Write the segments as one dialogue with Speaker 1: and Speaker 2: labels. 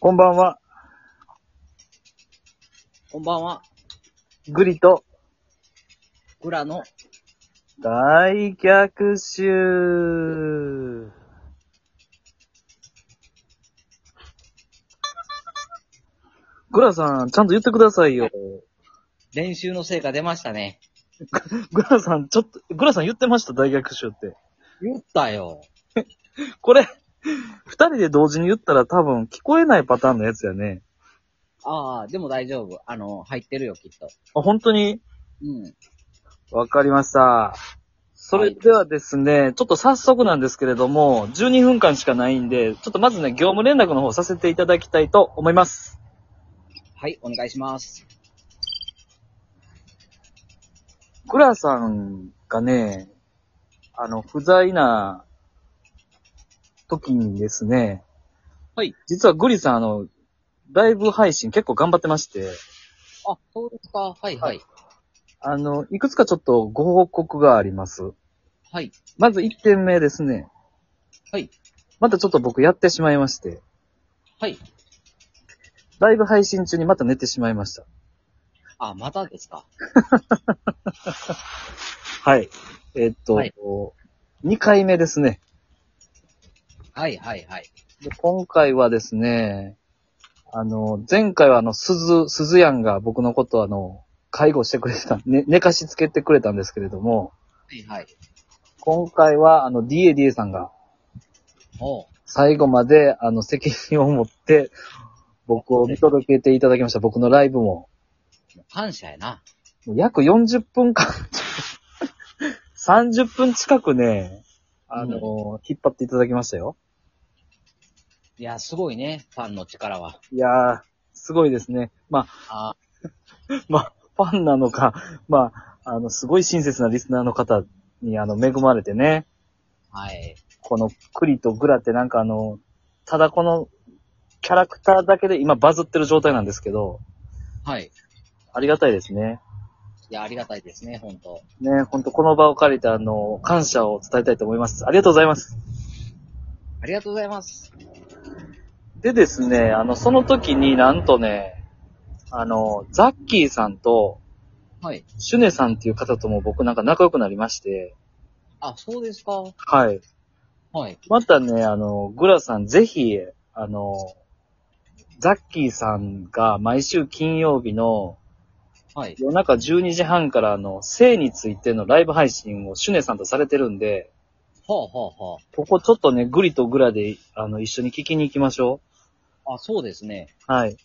Speaker 1: こんばんは、
Speaker 2: こんばんは、
Speaker 1: グリと
Speaker 2: グラの
Speaker 1: 大逆襲。グラさん、ちゃんと言ってくださいよ。
Speaker 2: 練習の成果出ましたね。
Speaker 1: グラさん、ちょっと、グラさん言ってました、大逆襲って。
Speaker 2: 言ったよ。
Speaker 1: これ、二人で同時に言ったら多分聞こえないパターンのやつやね。
Speaker 2: ああ、でも大丈夫。あの、入ってるよ、きっと。
Speaker 1: あ、本当に
Speaker 2: うん。
Speaker 1: わかりました。それではですね、ちょっと早速なんですけれども、12分間しかないんで、ちょっとまずね、業務連絡の方させていただきたいと思います。
Speaker 2: はい、お願いします。
Speaker 1: グラさんがね、あの、不在な時にですね、
Speaker 2: はい。
Speaker 1: 実はグリさん、あの、ライブ配信結構頑張ってまして、
Speaker 2: あ、そうですか。はい、はい。
Speaker 1: あの、いくつかちょっとご報告があります。
Speaker 2: はい。
Speaker 1: まず1点目ですね。
Speaker 2: はい。
Speaker 1: またちょっと僕やってしまいまして、
Speaker 2: はい。
Speaker 1: ライブ配信中にまた寝てしまいました。
Speaker 2: あ、またですか。
Speaker 1: はい。えっと、
Speaker 2: はい
Speaker 1: 2回目ですね
Speaker 2: はい、はい、はい。
Speaker 1: で。今回はですね、あの、前回はあの、鈴、鈴やんが僕のことをあの、介護してくれてた、ね、寝かしつけてくれたんですけれども、
Speaker 2: はい、はい。
Speaker 1: 今回はあの、DADA さんが
Speaker 2: おう
Speaker 1: 最後まであの、責任を持って、僕を見届けていただきました。僕のライブも、
Speaker 2: 感謝やな。
Speaker 1: 約40分間、30分近くね、あの、引っ張っていただきましたよ。
Speaker 2: いや、すごいね、ファンの力は。
Speaker 1: いやー、すごいですね。まあ、
Speaker 2: あ
Speaker 1: まあ、ファンなのか、まあ、あの、すごい親切なリスナーの方に、あの、恵まれてね、
Speaker 2: はい。
Speaker 1: このクリとグラってなんかあの、ただこのキャラクターだけで今バズってる状態なんですけど、
Speaker 2: はい。い
Speaker 1: ありがたいですね。
Speaker 2: や、ありがたいですね、本当
Speaker 1: ね、ほんとこの場を借りてあの、感謝を伝えたいと思います。ありがとうございます。
Speaker 2: ありがとうございます。
Speaker 1: でですね、あの、その時になんとね、あの、ザッキーさんと、
Speaker 2: はい。
Speaker 1: シュネさんっていう方とも僕なんか仲良くなりまして、
Speaker 2: あ、そうですか。
Speaker 1: はい。
Speaker 2: はい。
Speaker 1: またね、あの、グラさん、ぜひ、あの、ザッキーさんが毎週金曜日の
Speaker 2: はい。
Speaker 1: 夜中12時半からあの、性についてのライブ配信をシュネさんとされてるんで、
Speaker 2: ほうほうほ
Speaker 1: ここちょっとね、グリとグラで、あの、一緒に聞きに行きましょ
Speaker 2: う。あ、そうですね。
Speaker 1: う。はい。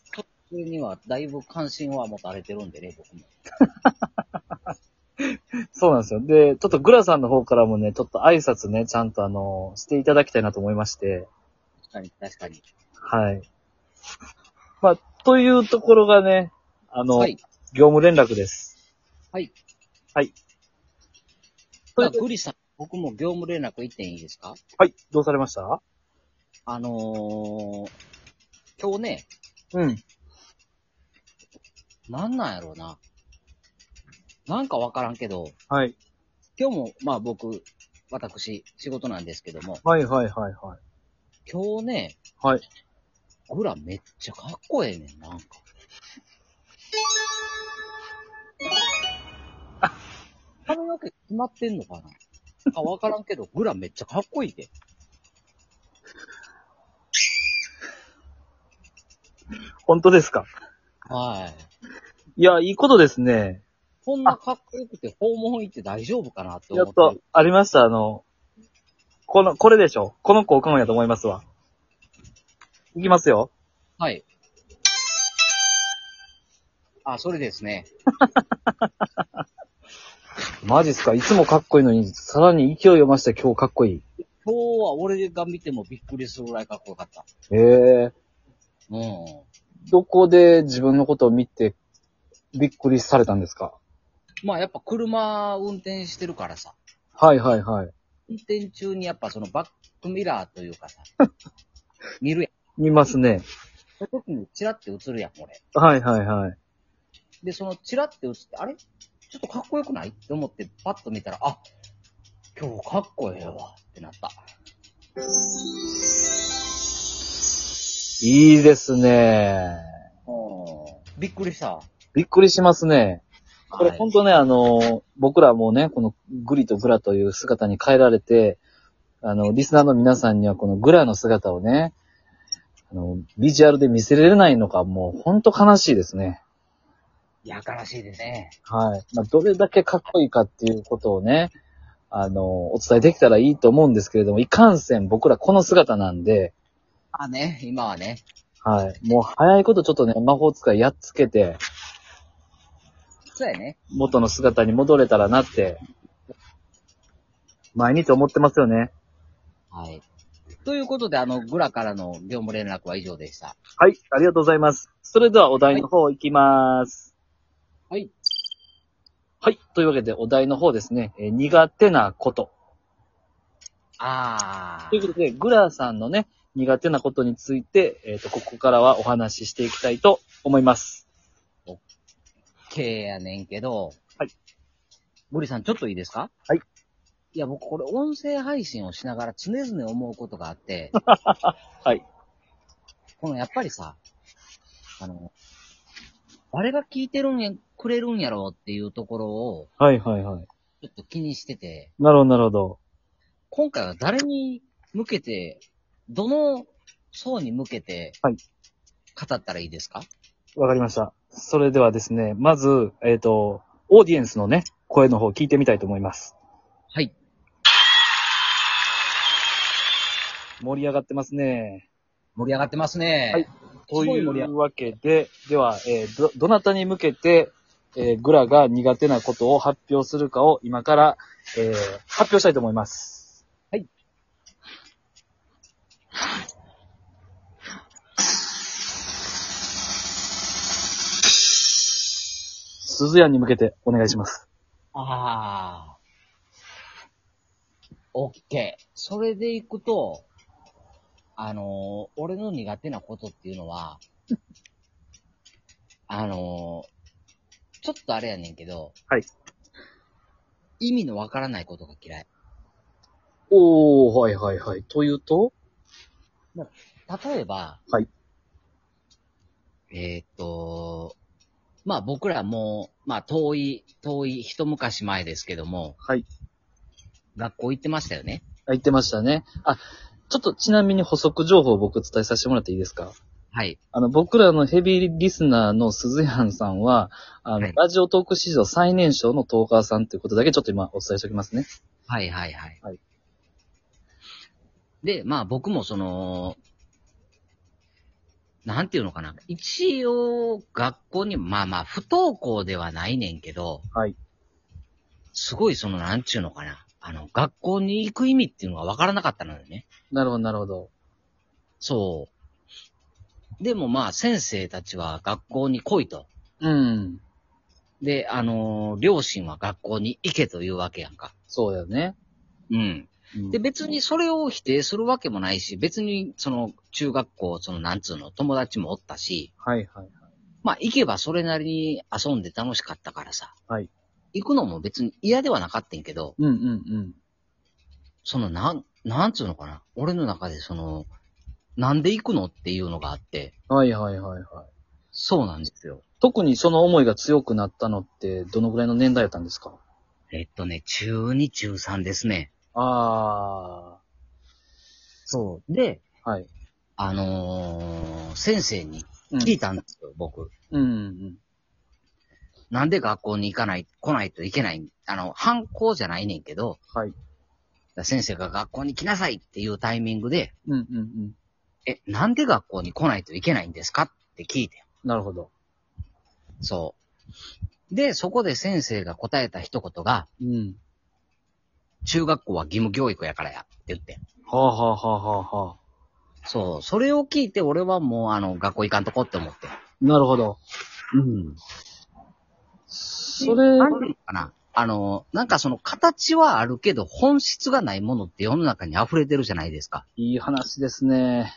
Speaker 2: それには、だいぶ関心は持たれてるんでね、僕も。
Speaker 1: そうなんですよ。で、ちょっとグラさんの方からもね、ちょっと挨拶ね、ちゃんとあの、していただきたいなと思いまして、
Speaker 2: 確かに、確かに。
Speaker 1: はい。まあ、というところがね、あの、
Speaker 2: はい。
Speaker 1: 業務連絡です。
Speaker 2: はい。
Speaker 1: はい。
Speaker 2: じゃあグリさん、僕も業務連絡1点いいですか
Speaker 1: はい、どうされました
Speaker 2: あのー、今日ね、
Speaker 1: うん。
Speaker 2: なんなんやろうな。なんかわからんけど、
Speaker 1: はい。
Speaker 2: 今日も、まあ僕、私、仕事なんですけども、
Speaker 1: はいはいはいはい。
Speaker 2: 今日ね、
Speaker 1: はい。
Speaker 2: グラめっちゃかっこええねん、 なんか。髪の毛決まってんのかなあ、わからんけど、グラめっちゃかっこいいで。
Speaker 1: 本当ですか
Speaker 2: はい。
Speaker 1: いや、いいことですね。
Speaker 2: こんなかっこよくて訪問行って大丈夫かなって
Speaker 1: や
Speaker 2: 思
Speaker 1: っ
Speaker 2: って
Speaker 1: と。、ありました、あの、この、これでしょこの効果音やと思いますわ。いきますよ。
Speaker 2: はい。あ、それですね。
Speaker 1: マジっすかいつもかっこいいのに、さらに勢いを増して今日かっこいい。
Speaker 2: 今日は俺が見てもびっくりするぐらいかっこよかった。
Speaker 1: ええ
Speaker 2: うん。
Speaker 1: どこで自分のことを見て、びっくりされたんですか
Speaker 2: まあやっぱ車運転してるからさ。
Speaker 1: はいはいはい。
Speaker 2: 運転中にやっぱそのバックミラーというか さ。見るやん。
Speaker 1: 見ますね。
Speaker 2: その時にチラって映るやん、俺。
Speaker 1: はいはいはい。
Speaker 2: で、そのチラって映って、あれちょっとかっこよくないって思ってパッと見たら、あ、今日かっこええわってなった。
Speaker 1: いいですね。
Speaker 2: うんびっくりした。
Speaker 1: びっくりしますね。これ
Speaker 2: はい
Speaker 1: 本当ね、あの、僕らもね、このグリとグラという姿に変えられて、あの、リスナーの皆さんにはこのグラの姿をね、あの、ビジュアルで見せられないのがもう本当悲しいですね。
Speaker 2: いやからしいですね。
Speaker 1: はい。まあ、どれだけかっこいいかっていうことをね、あの、お伝えできたらいいと思うんですけれども、いかんせん僕らこの姿なんで、
Speaker 2: あね、今はね。
Speaker 1: はい。もう早いことちょっとね、魔法使いやっつけて、
Speaker 2: そうやね。
Speaker 1: 元の姿に戻れたらなって、毎日思ってますよね。
Speaker 2: はい。ということで、あの、グラからの業務連絡は以上でした。
Speaker 1: はい、ありがとうございます。それではお題の方行きます。
Speaker 2: はい。
Speaker 1: はい、というわけでお題の方ですね、えー苦手なこと。
Speaker 2: あ
Speaker 1: ということで、グラさんのね、苦手なことについて、えっ、と、ここからはお話ししていきたいと思います。
Speaker 2: 系やねんけど。
Speaker 1: はい。
Speaker 2: グリさん、ちょっといいですか
Speaker 1: はい。
Speaker 2: いや、僕これ音声配信をしながら常々思うことがあって。
Speaker 1: はい。
Speaker 2: このやっぱりさ、あの、誰が聞いてるんや、くれるんやろうっていうところを、
Speaker 1: はいはいはい。
Speaker 2: ちょっと気にしてて、
Speaker 1: なるほどなるほど。
Speaker 2: 今回は誰に向けて、どの層に向けて、
Speaker 1: はい
Speaker 2: 語ったらいいですか
Speaker 1: わかりました。それではですね、まず、えっ、と、オーディエンスのね、声の方聞いてみたいと思います。
Speaker 2: はい。
Speaker 1: 盛り上がってますね。
Speaker 2: 盛り上がってますね。
Speaker 1: はいと
Speaker 2: すごい
Speaker 1: い
Speaker 2: 盛り上
Speaker 1: うわけで、では、えーど、どなたに向けて、えーグラが苦手なことを発表するかを今から、えー発表したいと思います。
Speaker 2: はい。
Speaker 1: 鈴谷に向けてお願いします。
Speaker 2: ああ。オッケー。それでいくと、あのー俺の苦手なことっていうのは、あのーちょっとあれやねんけど、
Speaker 1: はい。
Speaker 2: 意味のわからないことが嫌い。
Speaker 1: おー、はいはいはい。というと
Speaker 2: 例えば、
Speaker 1: はい。
Speaker 2: えーっと、まあ僕らもう、まあ遠い、遠い一昔前ですけども、
Speaker 1: はい。
Speaker 2: 学校行ってましたよね。
Speaker 1: あ言ってましたね。あ、ちょっとちなみに補足情報を僕伝えさせてもらっていいですか
Speaker 2: はい。
Speaker 1: あの、僕らのヘビーリスナーの鈴谷さんは、あの、
Speaker 2: はい
Speaker 1: ラジオトーク史上最年少のトーカーさんということだけちょっと今お伝えしておきますね。
Speaker 2: はいはいはい。
Speaker 1: はい
Speaker 2: で、まあ僕もその、なんていうのかな。一応、学校に、まあまあ、不登校ではないねんけど、
Speaker 1: はい。
Speaker 2: すごいその、なんちゅうのかな。あの、学校に行く意味っていうのが分からなかったのよね。
Speaker 1: なるほど、なるほど。
Speaker 2: そう。でもまあ、先生たちは学校に来いと。
Speaker 1: うん。
Speaker 2: で、あのー両親は学校に行けというわけやんか。
Speaker 1: そうだよね。
Speaker 2: うん。
Speaker 1: うん
Speaker 2: で、別にそれを否定するわけもないし、別にその中学校、そのなんつうの、友達もおったし、
Speaker 1: はいはい。
Speaker 2: まあ行けばそれなりに遊んで楽しかったからさ。
Speaker 1: はい。
Speaker 2: 行くのも別に嫌ではなかったんやけど、
Speaker 1: うんうん
Speaker 2: そのなん、なんつうのかな。俺の中でその、なんで行くのっていうのがあって、
Speaker 1: うん。はいはいはいはい。
Speaker 2: そうなんですよ。
Speaker 1: 特にその思いが強くなったのって、どのぐらいの年代だったんですか
Speaker 2: えっとね、中2、中3ですね。
Speaker 1: あ
Speaker 2: そう。で、
Speaker 1: ー。はい。
Speaker 2: あのー先生に
Speaker 1: うん
Speaker 2: 聞いたんですよ、僕。
Speaker 1: うんうん。
Speaker 2: なんで学校に行かない、来ないといけない。あの、反抗じゃないねんけど、
Speaker 1: はい。
Speaker 2: 先生が学校に来なさいっていうタイミングで、
Speaker 1: うんうんうん。
Speaker 2: え、なんで学校に来ないといけないんですかって聞いて。
Speaker 1: なるほど。
Speaker 2: そう。で、そこで先生が答えた一言が、
Speaker 1: うん。
Speaker 2: 中学校は義務教育やからや、って言って。
Speaker 1: はあ、はあはあはあはあ、
Speaker 2: そう、それを聞いて俺はもうあの、学校行かんとこって思って。
Speaker 1: なるほど。
Speaker 2: うん。
Speaker 1: それ、
Speaker 2: なんていうのかな。あの、なんかその形はあるけど、本質がないものって世の中に溢れてるじゃないですか。
Speaker 1: いい話ですね。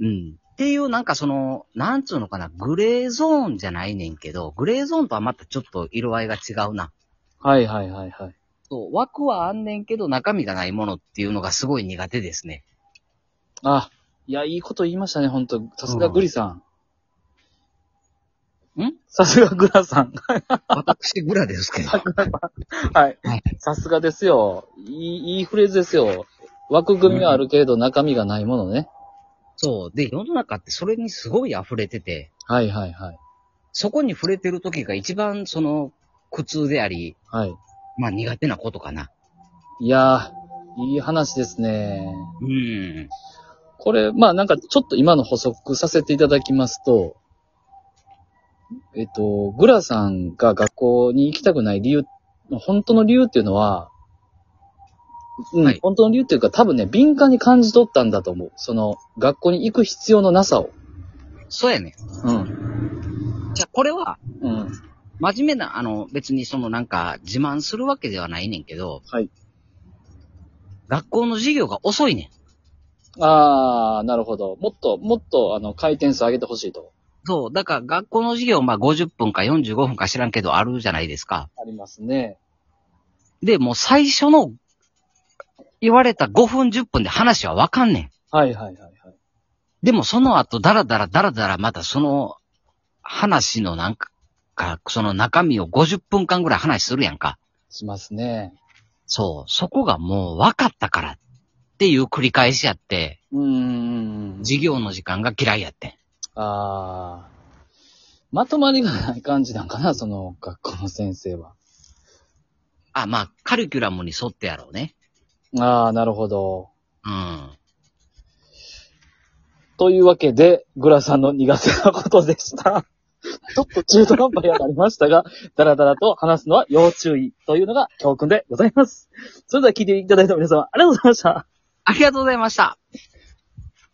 Speaker 2: うん。っていう、なんかその、なんつうのかな、グレーゾーンじゃないねんけど、グレーゾーンとはまたちょっと色合いが違うな。
Speaker 1: はいはいはいはい。
Speaker 2: そう、枠はあんねんけど、中身がないものっていうのがすごい苦手ですね。
Speaker 1: あ、いや、いいこと言いましたね、ほんと。さすがグリさん。
Speaker 2: ん
Speaker 1: さすがグラさん。
Speaker 2: 私ぐらいですけど。
Speaker 1: はい
Speaker 2: はい。
Speaker 1: さすがですよ。いい、いいフレーズですよ。枠組みはあるけれど中身がないものね。
Speaker 2: そう。で、世の中ってそれにすごい溢れてて、
Speaker 1: はいはいはい。
Speaker 2: そこに触れてる時が一番その苦痛であり、
Speaker 1: はい。
Speaker 2: まあ苦手なことかな。
Speaker 1: いやー、いい話ですね。
Speaker 2: うん。
Speaker 1: これ、まあなんかちょっと今の補足させていただきますと、えっと、グラさんが学校に行きたくない理由、本当の理由っていうのは、うん、
Speaker 2: はい
Speaker 1: 本当の理由っていうか多分ね、敏感に感じ取ったんだと思う。その、学校に行く必要のなさを。
Speaker 2: そうやね。
Speaker 1: うん。
Speaker 2: じゃあこれは、
Speaker 1: うん。
Speaker 2: 真面目な、あの、別にそのなんか自慢するわけではないねんけど、
Speaker 1: はい。
Speaker 2: 学校の授業が遅いねん。
Speaker 1: あー、なるほど。もっと、もっと、あの、回転数上げてほしいと。
Speaker 2: そう。だから学校の授業、まあ50分か45分か知らんけどあるじゃないですか。
Speaker 1: ありますね。
Speaker 2: で、もう最初の言われた5分10分で話はわかんねん。
Speaker 1: はいはいはいはい。
Speaker 2: でもその後、だらだらだらだらまたその話のなんか、その中身を50分間ぐらい話するやんか。
Speaker 1: しますね。
Speaker 2: そう。そこがもう分かったからっていう繰り返しやって、
Speaker 1: うーん。
Speaker 2: 授業の時間が嫌いやってん。
Speaker 1: ああ。まとまりがない感じなんか な、その学校の先生は。
Speaker 2: あ、まあ、カリキュラムに沿ってやろうね。
Speaker 1: ああ、なるほど。
Speaker 2: うん。
Speaker 1: というわけで、グラさんの苦手なことでした。 ちょっと中途半端にはなりましたが、ダラダラと話すのは要注意というのが教訓でございます。それでは聞いていただいた皆様、ありがとうございました。
Speaker 2: ありがとうございました。